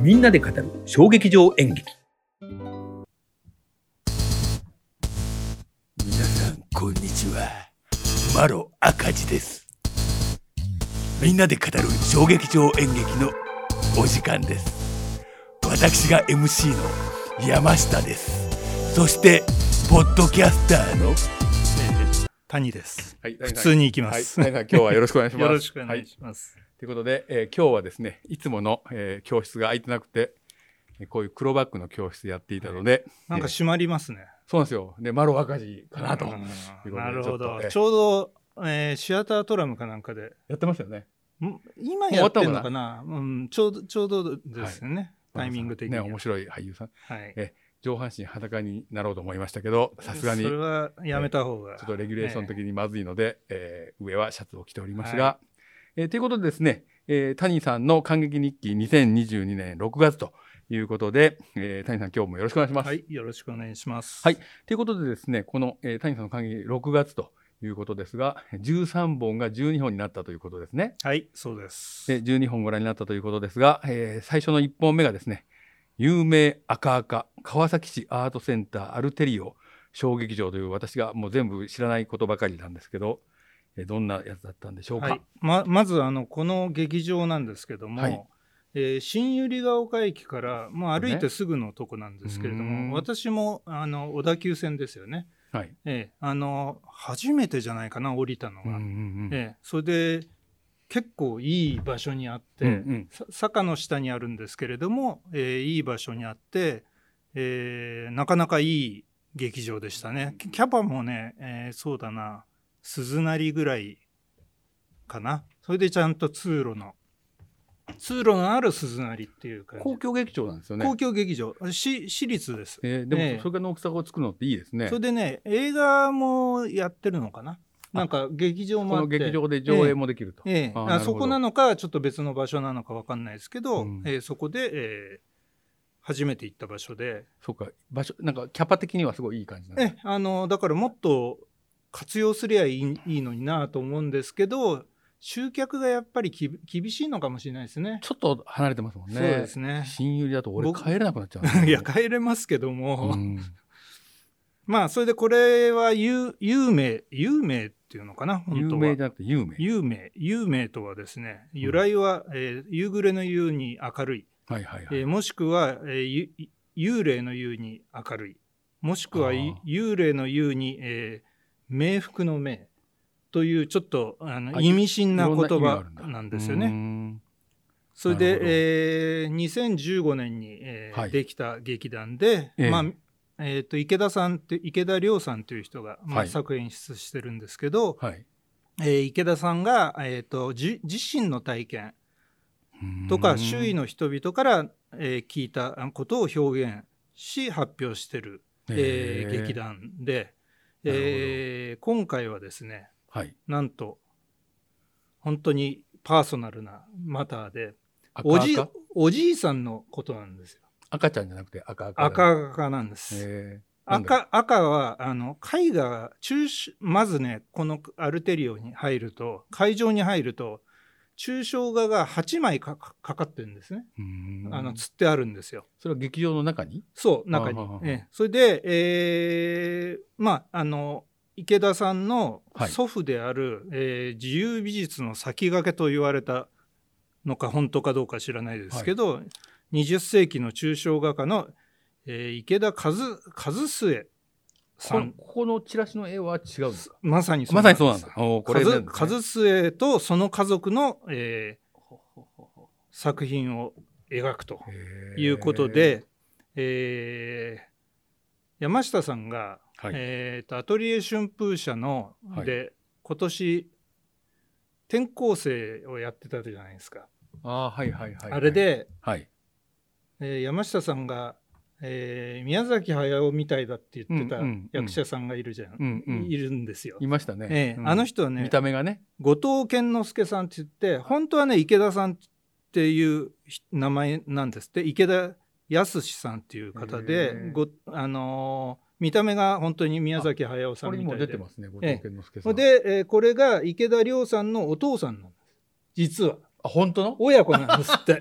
みんなで語る小劇場演劇皆さんこんにちはマロ赤字ですみんなで語る小劇場演劇のお時間です私が MC の山下ですそしてポッドキャスターの谷です。はい、普通に行きまはい、す。谷さん今日はよ ろしくお願いします。よろしくお願いはします。い。ということで、えー今日はですね、いつもの、えー教室が空いてなくて、えーこういう黒バッグの教室やっていたので、なんか閉まりますね。そうなんですよ。で、マロ赤字かなと。うんということでなるほちょっどと。えちょうど、えーシアタートラムかなんかで、やってましたよね。ん今やってるのかなうん、ちょうど、ちょうどですよね。タイミング的にね、は。面白い俳優さん。はいえ。上半身裸になろうと思いましたけど、さすがに、ちそれょはやめた方が。っとレギュレーション的えにまずいので、えー上はシャツを着ておりますが、えーということでですね、えー谷さんの感激日記2022年6月ということで、えー谷さん今日もよろしくお願いしえ。ますは。い。よろしくお願いします。はいということでですね、この、えー谷さんの会議6月ということですが、13本が12本になったということですね。はい。そうです。で、12本ご覧になったということですが、えー最初の1本目がですね、有名赤赤川崎市アートセンターアルテリオ小劇場という私がもう全部知らないことばかりなんですけど、えーどんなやつだったんでしょうか。はい、ままずあのこの劇場なんですけども、はいえー新百合ヶ丘駅から、まあ、そ歩うねいてすぐのとこなんですけれども、うん私もあの小田急線ですよね、はいええあの初めてじゃないかな降りたのうんうが、んうんええそれで結構いい場所にあって、うんうんさ坂の下にあるんですけれども、えーいい場所にあって、えーなかなかいい劇場でしたねキキャパもね、えーそうだな鈴なりぐらいかなそれでちゃんと通路の通路のある鈴なりっていう感じ公共劇場なんですよね。公共劇場し私立です、えーでも、ええそれから大きさを作るのっていいですね。それでね映画もやってるのかななんか劇場こもあのって劇場で上映もできると。ええ、あーあなるほどそこなのかちょっと別の場所なのかわかんないですけど、うんええそこで、ええ初めて行った場所で、そうか場所なんかキャパ的にはすごいいい感じなんえでえあのだからもっと活用すりゃいいいいのになと思うんですけど集客がやっぱりき厳しいのかもしれないですね。ちょっと離れてますもんね。そうですね新百合だと俺僕帰れなくなっちゃ うんだよね。いや帰れますけども、うんまあそれでこれは有有名有名っていうのかな本有当は名じゃなくて有名。有名有名とはですね由来は、ええ夕暮れの夕に明るいはいはいはい。えーもしくは、えーゆ幽霊の幽に明るいもしくはゆあ幽霊の幽に、えー冥福の冥というちょっとあのあ意味深な言いろんな意味があ葉るんだなんですようーね。んそれでなる、ほどえー2015年に、えーはいできた劇団で、ええまあえー、と池田さんって池田亮さんという人が、まあはい作演出してるんですけど、はい。えー池田さんが、えー、とじ自身の体験とうーかん周囲の人々から、えー聞いたあことを表現し発表してる、えーへー劇団で、なるほどえー今回はですねはい。なんと本当にパーソナルなマターで赤おじ赤おじいさんのことなんですよ赤ちゃんじゃなくて赤赤。赤々なんです。えー。なんだ。赤赤はあの絵画が中心まずねこのアルテリオに入ると会場に入ると抽象画が8枚かかかかってるんですね、うーんあの釣ってあるんですよ。それは劇場の中に。そう、中にあはは。ええそれで、えーまあ、あの、池田さんのはい祖父である、えー自由美術の先駆けと言われたのか本当かどうか知らないですけど、20世紀の抽象画家の、えー池田和和末さこのんここのチラシの絵は違うんですか。まさにまさにそうなんだ。ですおーこれ和ね和末とその家族の、えー作品を描くと。へーいうことで、えー山下さんが、はいえーとアトリエ春風社のはいで、今年転校生をやってたじゃないですか、あーはいはいはい。あれ。で、はい。えー山下さんが、えー宮崎駿みたいだって言ってたうんうんうん役者さんがいるじゃん、うんうん。いるんですよ。いましたね。えーうんあの人はね見た目がね。後藤健之介さんって言って本当はね池田さんっていうひ名前なんですって池田康さんっていう方へでーご、あのー見た目が本当に宮崎駿さこんれにみたもい出でてますね。後藤健之介さほんん。で、えーこれが池田亮さんのお父さんなんです実はあ本当の？ 親子なんですって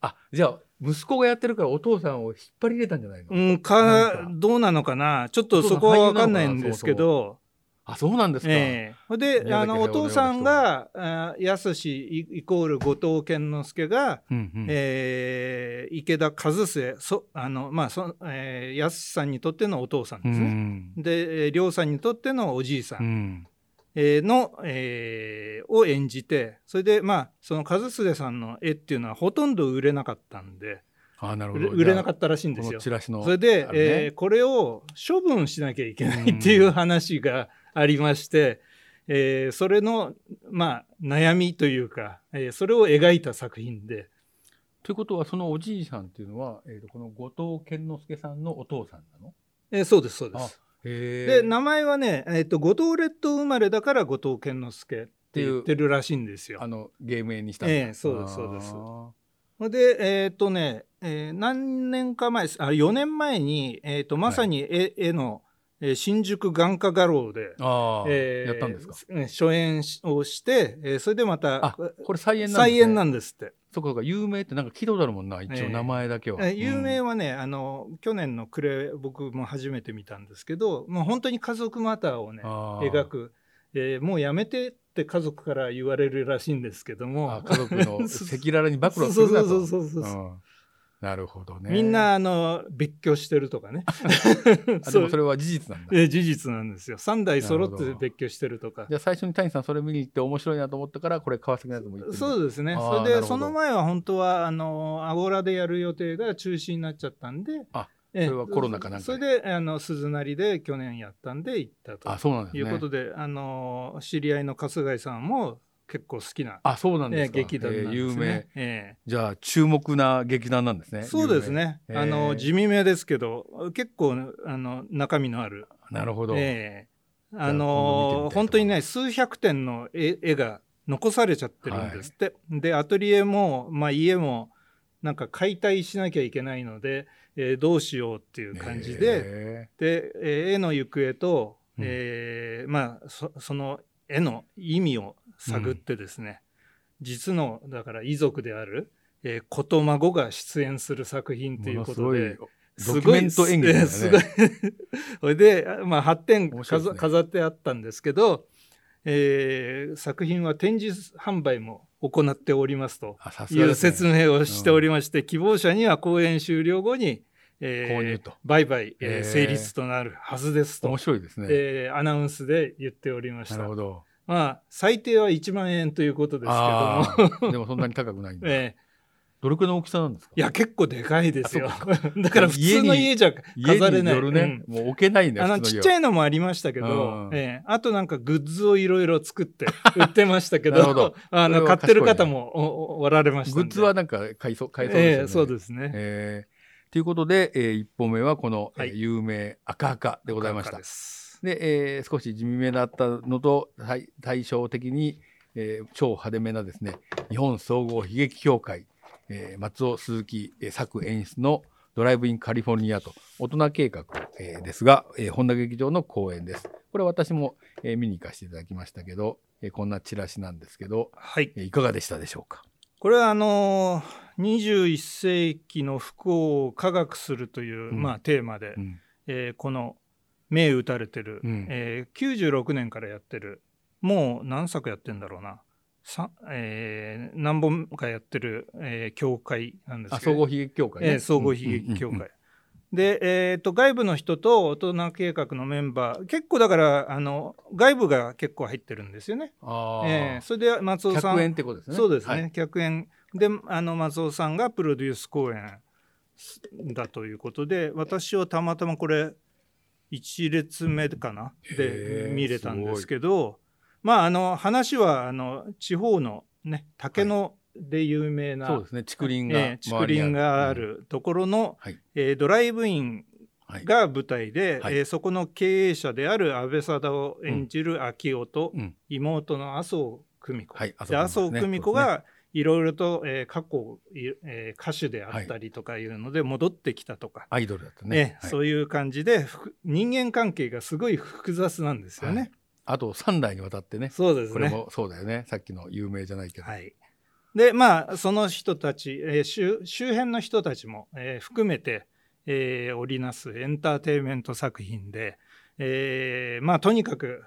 あじゃあ息子がやってるからお父さんを引っ張り入れたんじゃないの、うん、なんかか、どうなのかな。ちょっとそこはわかんないんですけど、あそうなんですか、ええほんで、あ宮崎の、お父さんが、あーやすしイイコール後藤健之助が、うんうんえー池田和末、そ、あの、まあ、そ、えー、やすしさんにとってのお父さんうですね。んで、えーりょうさんにとってのおじいさ、うんんえーの、えーを演じて、それで、まあ、その和末さんの絵っていうのはほとんど売れなかったんで、あなるほ売どれ売れなかっったらしいんたですこよの。チラシのそれで、あれねえーこれを処分しなきゃいけないっていう話がありまして、えーそれの、まあ、悩みというか、えーそれを描いた作品で、ということはそのおじいさんっていうのは、えー、とこの後藤健之助さんのお父さんなのえーそうですそうです。へでえっ名前はね、えー、と後藤列島生まれだから後藤健之助っててい言っうてるらしいんですよあ。の芸名にしたんだええそうですそうですあーほんでえっ、とね、えー何年か前ですあ4年前に、えー、とまさに絵,、絵の、えー新宿眼科画廊で、あー、えーやったんですかね初演しをして、えーそれでまあたこれ再演なんです、ね、再演なんですって、そうかそうか有名ってなんか聞いたことあるもんな一え応え名前だけは、えー有名は、はね、あの去年の暮れ僕も初めて見たんですけどもう本当に家族マターをねあー描く、えーもうやめてって家族から言われるらしいんですけどあも家族の赤裸々に暴そう露そするうそなうとそうそうそう、うんなるほどねみんなあの別居してると かねあでそもうそれは事実なんだえー事実なんですよ3代揃っなるてほど別居してるとかじゃあ最初に谷さんそれ見に行って面白いなと思ったからこれ川崎のやつも行ってみたそうですねあーそなれるでほどその前は本当はあのアゴラでやる予定が中止になっちゃったんであええそれはコロナかなんかでそれであの鈴なりで去年やったんで行ったあとそうなんですいねうことであの知り合いの春日井さんも結構好きなあそうなんえでえすか、劇団なんえでえす有名ねえじゃあ注目な劇団なんですえねそうですね有名あええの地味めですけど結構あの中身のあるなるほど、ええゃああのー今度見てみたいと思います本当にね数百点の絵絵が残されちゃってるんですって、でアトリエも、まあ、家もなんか解体しなきゃいけないので、えーどうしようっていう感じで、えで、えー絵の行方と、うんえーまあ、そその絵の意味を探ってですね、実のだから遺族である、えー子と孫が出演する作品えというこもとの。ですごいドキュメント演劇だよ ねすごい。それで、まあ、8点面白いです飾,、ね飾ってあったんですけど、えー作品は展示販売も行っておりますとあさすいがでうすね説明をしておりまして、希望者には公演終了後に、えー購入と売買、えーへー成立となるはずですと面、白いですね、えーアナウンスで言っておりましなるたほ。どまあ、最低は1万円ということですけどあも、ーでもそんなに高くないんだ、 えーどれくらいの大きさなんですかいや、結構でかいですよあ。 だから普通の家じゃ飾れ家にない。よるうねん、もう置けないんだよあの普通ちっのち家ゃはいのもありましたけどう、んええあとなんかグッズをいろいろ作って 売ってましたけなるどほど あそのれ買はってる賢いね方もおおおられましたんグでッズはなんか買いそう買えそうですよえね、えそうですね。えーということで、え1本目はこの、えーはい有名赤赤でございました赤で。すで、えー少し地味めだったのと対対照的に、えー超派手めなですね日本総合悲劇協会、えー松尾鈴木、えー作演出のドライブインカリフォルニアと大人計画、えーですが、えー本田劇場の公演です。これ私も、えー見に行かせていただきましたけど、えーこんなチラシなんですけど、はいえーいかがでしたでしょうか。これはあのー21世紀の不幸を科学するという、うんまあ、テーマで、うんええこの銘打たれてる、うんええ96年からやってるもう何作やってんだろうな、さええ何本かやってる、ええ教会なんですあけど総合悲劇協会、ねえー総合悲劇協会。で、えー、と外部の人と大人計画のメンバー結構だからあの外部が結構入ってるんですよね。ああ、えーそれで松尾さん100円ってことですね。そうですね、はい客演であの松尾さんがプロデュース公演だということで私をたまたまこれ1列目かなへでー見れたんですけどまああの話はあの地方のね竹野で有名な、そうですね。竹林が、ええ竹林があ。るところの、はいえードライブインはい。が舞台で、はいえーそこの経営者である安倍貞夫演じる昭夫と、うん妹の麻生久美子、はいで麻麻生生久美子ね久美子がいろいろと、えー過去、いえー歌手であったりとかいうので戻ってきたとか、アイドルだったねね。はいそういう感じでふく人間関係がすごい複雑なんですよね。はいあと三代にわたってね。そうですこれねもそうだよね。さっきの有名じゃないけど。はいでまあその人たち、えー周周辺の人たちも、えー含めて、えー織りなすエンターテインメント作品で、えーまあとにかく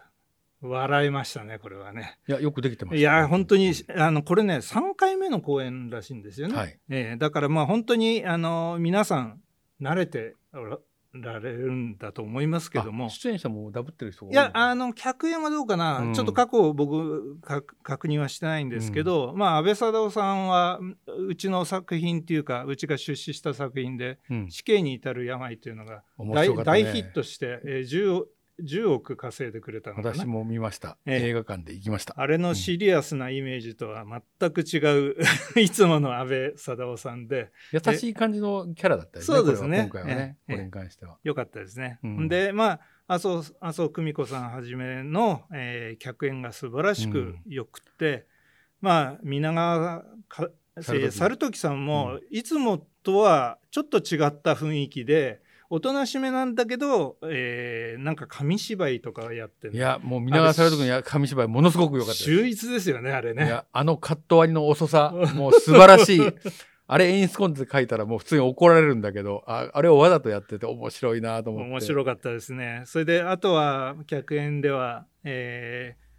笑いましたねこれはね。いや、よくできてます、いや本当にあのこれね3回目の公演らしいんですよね。はい。えーだからまあ本当にあの皆さん慣れておらられるんだと思いますけどもあ。出演者もダブってる人が多いや、あの、の、客演はどうかな、うんちょっと過去僕か確認はしてないんですけど、まあ、安倍貞夫さんは、ううちの作品っていうか、うちが出資した作品で、うん、死刑に至る病というのが面大、白かった、ね。大ヒットして、えー 10, 10億稼いでくれたのか私な。も見ました、ええ映画館で行きました。あれのシリアスなイメージとは全く違う、 いつもの安倍貞夫さんで、優しい感じのキャラだったよね。そうですねこれは今回はね、ええこれに関しては。よかったですね。うんで、まあ、麻生麻生久美子さんはじめの、えー客演が素晴らしくよくって、まあ、皆川か猿時猿時さんも、いつもとはちょっと違った雰囲気で、おとなしめなんだけど、えーなんか紙芝居とかやってるいや、もう皆川される時に紙芝居ものすごく良かったです。秀逸ですよね、あれいね。や、あのカット割りの遅さ、もう素晴らしい。あれ演出コンテンツ書いたらもう普通に怒られるんだけど、ああれをわざとやってて面白いなと思って。面白かったですね。それで、あとは、客演では、えー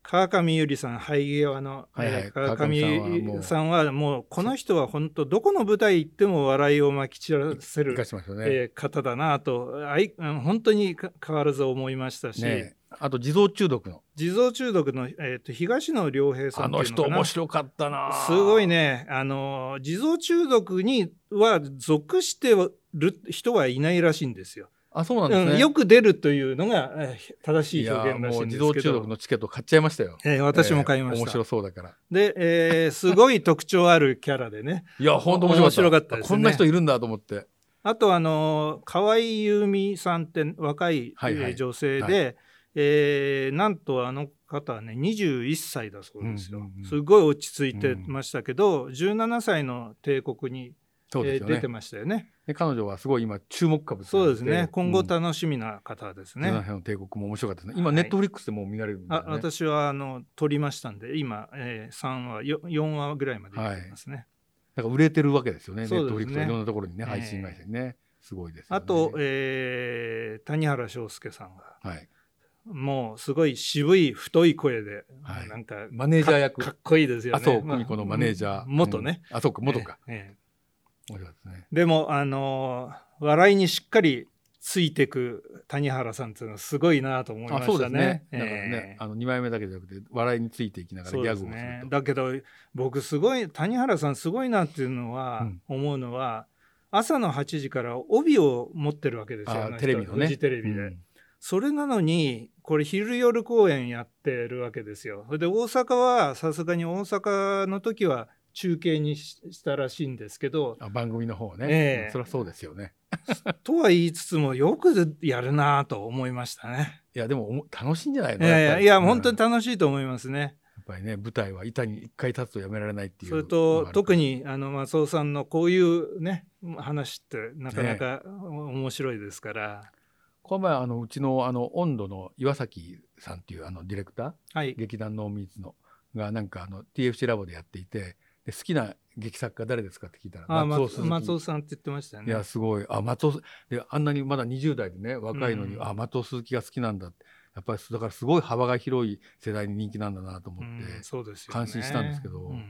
川上由里さん、廃業の、はいはいえー川川上さんはも上うさんは、もう、この人は本当、どこの舞台行っても笑いをまき散らせ生かる、しましたね。えー方だなと、あいうん本当にか変わらず思いましたし、ねえあと、地蔵中毒の。地蔵中毒の、えー、と東野良平さあんっていうのの人かな面白かったなすごい。ね、あの、地蔵中毒には属してる人はいないらしいんですよ。あ、そうなんですね。うん、よく出るというのがえー正しいいや表現らしもいうんで地す蔵け中ど毒、のチケット買っちゃいましたよ。えー私も買いまえーし面た、白そうだから。で、えーすごい特徴あるキャラでねいや、本当面白か面った。白かったですねこんな人いるんだと思って。あとあのー河合優美さんって若い、はいはいえー女性で、はえーなんとあの方はね21歳だそうですよ、うんうんうんすごい落ち着いてましたけど、17歳の帝国に、そうえでーすよ出ねて。ましたよねで彼女はすごい今、注目株そうですね今後た楽しみな方ですね、ね。の帝国も面白かったですね。今、はいネットフリックスでもう見られるんで、ねあ私はあの撮りましたんで今、えー、3話よ4話ぐらいまでいってますね、なんか売れてるわけですよね。ネそッうトフでリすねックスいろんなところにね、ええ配信会社にね。すごいですよね。あと、えー谷原章介さんがはい。もうすごい渋い太い声で、はいなんかマネージャー役。かっこいいですよね麻生久美子のマネージャー。まあ元ね、うん。あ、そうか、元か。えええ面白かったですね。えでもあのー笑いにしっかりついてく谷原さんっていうのはすごいなと思いまあ、そうしでたすねね。。だからえねえ、あの、二枚目だけじゃなくて、笑いについていきながらそギうでャグをすするねと。だけど僕すごい谷原さんすごいなっていうのは、うん思うのは朝の8時から帯を持ってるわけですよああの人テレビのねフジテレビで、うんそれなのに、これ昼夜公演やってるわけですよ。それで大阪は、さすがに大阪の時は中継にししたらしいんですけど、あ番組の方えねえ。うんそりゃそうですよね。とは言いつつもよくやるなぁと思いましたね。いや、でも、おも楽しいんじゃないのえやっえぱいりや、うん本当に楽しいと思いますね。やっぱりね、舞台は板に一回立つとやめられないっていうそのれがあるかと、ら。特に、あの、松尾さんのこういうね、話ってなかなか面白いですから。この前あのうちのあの温度の岩崎さんっていうあのディレクターはい。劇団ノーミーツのがなんかあの TFC ラボでやっていてで好きな劇作家誰ですかって聞いたらあ松尾松鈴木松尾さんって言ってましたよいね。やすごいあ松尾であんなにまだ20代でね若いのに、うんあ松尾鈴木が好きなんだってやっぱりだからすごい幅が広い世代に人気なんだなと思うって、ん、そうですよね。感心したんですけどうん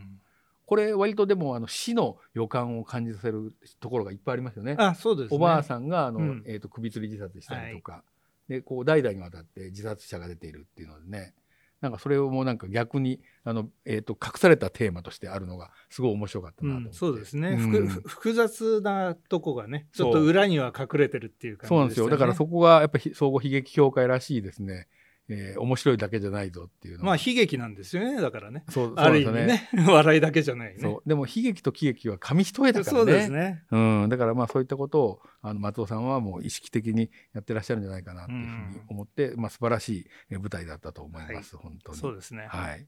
これ割とでもあの死の予感を感じさせるところがいっぱいありますよね。あ、そうですね。おばあさんがあの、うんえー、と首吊り自殺したりとか、でこう代々にわたって自殺者が出ているっていうのでねなんかそれをもうなんか逆にあの、えー、と隠されたテーマとしてあるのがすごい面白かったうなと思って、ん、そうですね、うんふくふ複雑なとこがねちょっそとう裏には隠れてるっていうそうな感じですんですよ、ね、よだからそこがやっぱり総合悲劇協会らしいですね、えー面白いだけじゃないぞっていうのがまあ悲劇なんですよねだからねそうそうあなんる意ですよ味ねね 笑いだけじゃないねそうでも悲劇と喜劇は紙一重だからねそうですねうん、だからまあそういったことをあの松尾さんはもう意識的にやってらっしゃるんじゃないかなっていうふうに思って、まあ、素晴らしいえー舞台だったと思います、本当に。そうですね、はい、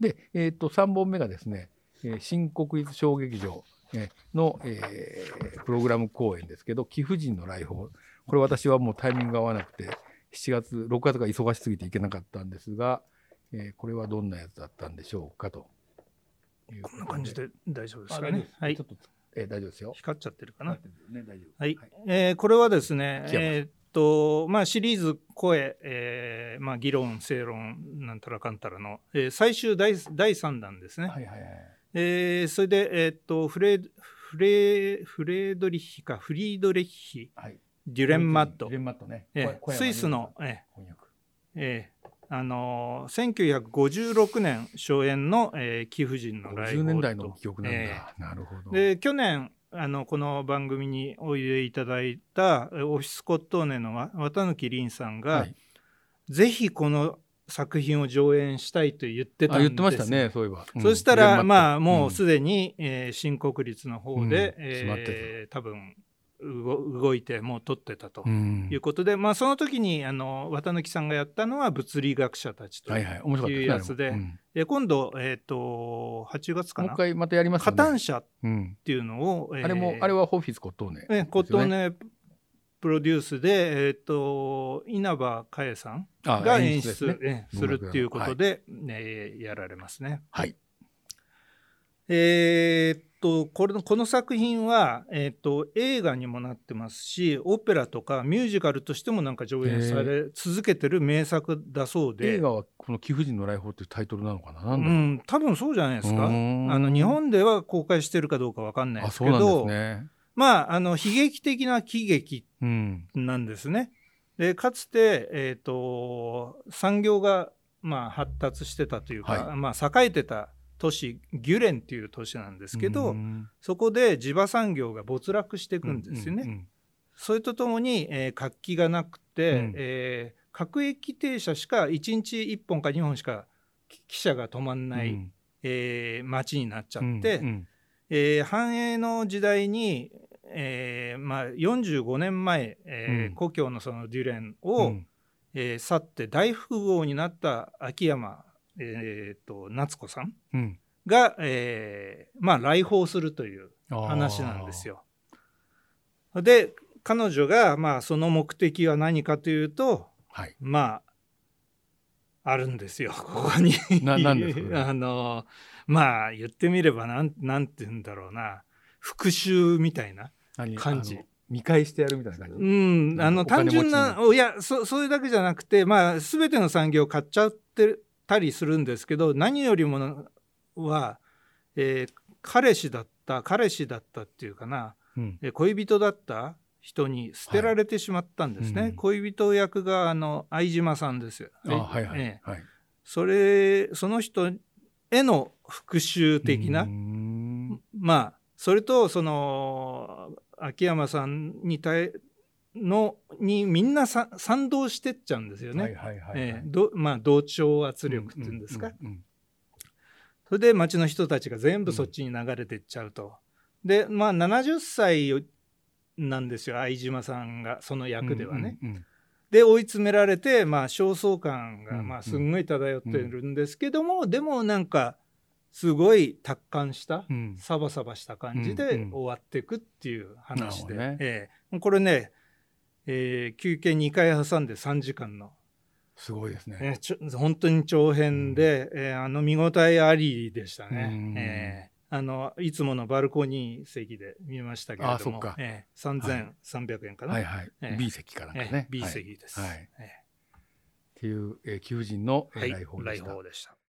で、えー、と3本目がですね、えー新国立小劇場えーの、えープログラム公演ですけど「貴婦人の来訪」これ私はもうタイミングが合わなくて7月6月が忙しすぎていけなかったんですが、えーこれはどんなやつだったんでしょうかと。いうこんな感じで大丈夫ですあか大ね丈夫です。はいちょ。っと、えー大丈夫ですよ。光っちゃってるかな。ね、大丈夫。はいはい。えーこれはですね、木山さんえーっと、まあ、シリーズ声、えーまあ、議論、正論、なんたらかんたらの、えー最終第第3弾ですね。はいはいはい。えーそれで、えーっと、フレー、フレー、フレードリッヒか、フリードレッヒ、はい。デュレンマットデュレ、ンマットね。えー小山スイスの、えー翻訳。ええあのー1956年初演の、えー貴婦人の来50訪年代のと記憶なんだ。えなるほど。えで去年あのこの番組においでいただいたえーオフィスコットーネのわ綿貫凛さんが、はいぜひこの作品を上演したいと言ってたあんです言ってましたね、そういえば。うんそしたら、まあもうデュすでに、えー新国立の方で、うん決まってたえー多分うご動いてもう撮ってたと、レンマットうんいうことで、まあ、その時にあの綿貫さんがやったのは物理学者たちと、はいはい。面白かったいうやつであれもうんで今度、えー、と8月かもう一な回またやります加よね担者っうん。ていうのを、えーあれも、あれはホフィスコットーネ。えコットンネプロデュースで、えー、と稲葉佳恵さんあが演で出すねえするっていうことで、えーやられますね。はい。えーっとこれのこの作品は、えーっと映画にもなってますしオペラとかミュージカルとしてもなんか上演され続けてる名作だそうで映画はこの貴婦人の来訪っていうタイトルなのかななうん、だろうん多分そうじゃないですかうあーんの日本では公開してるかどうかわかんないあ、ですそけうなんですど、ね。まああの悲劇的な喜劇うん。なんですね。でかつて、えー、と産業が、まあ、発達してたというか、はまあ、栄えてた都市ギュレンっていう都市なんですけど、うんそこで地場産業が没落していくんですよね。ううんそれとともに、えー活気がなくて、うんえー各駅停車しか1日1本か2本しかき汽車が止まんうんない、うんえー街になっちゃうっんて、うんえー繁栄の時代に、えーまあ、45年前、えーうん故郷のそのデュレンを、うんえー去って大富豪になった秋山、えー、と夏子さんうんが、えーまあ、来訪するという話なんです。よ。で彼女が、まあ、その目的は何かというとあーはい。まああるんですよ ここに。ななんですかそれ あのまあ言ってみればなんなんて言うんだろうな復讐みたいな。何感じあの見返してやるみたいな感じ。うん、あおの単金持ち純なおいやそそれだけじゃなくて、まあ、全ての産業を買っちゃってたりするんですけど何よりもは、えー彼氏だった彼氏だったっていうかな、うんえー恋人だった人に捨てられてしまったんですね、はいうん恋人役があの相島さんですよ。あーはいはい、ええはい。それその人への復讐的な、うーんまあそれとその秋山さんに対のにみんなさ賛同してっちゃうんですよね。はいはいはいはい。ええどまあ、同調圧力っていうんですか、うんうんそれで町の人たちが全部そっちに流れてっちゃうと、でまあ70歳なんですよ相島さんがそのうん役ではね、。うんうんうんで追い詰められて、まあ、焦燥感うんうがんまあすんごい漂ってるんですけども、でもなんかすごい達観したうんサバサバした感じうんでうん終わっていくっていう話で、なるほどねええこれね、えー休憩2回挟んで3時間の、すごいですね。えーちょ本当に長編で、えーあの見応えありでしたうんね。えーあのいつものバルコニー席で見ましたけれあどそっもか、えー3300円かな、はいはい、ええ B 席かなんかえねー。B はい。っ席です。はいえーていう、えー、求人の、えはい、ー来訪で来した。訪でした。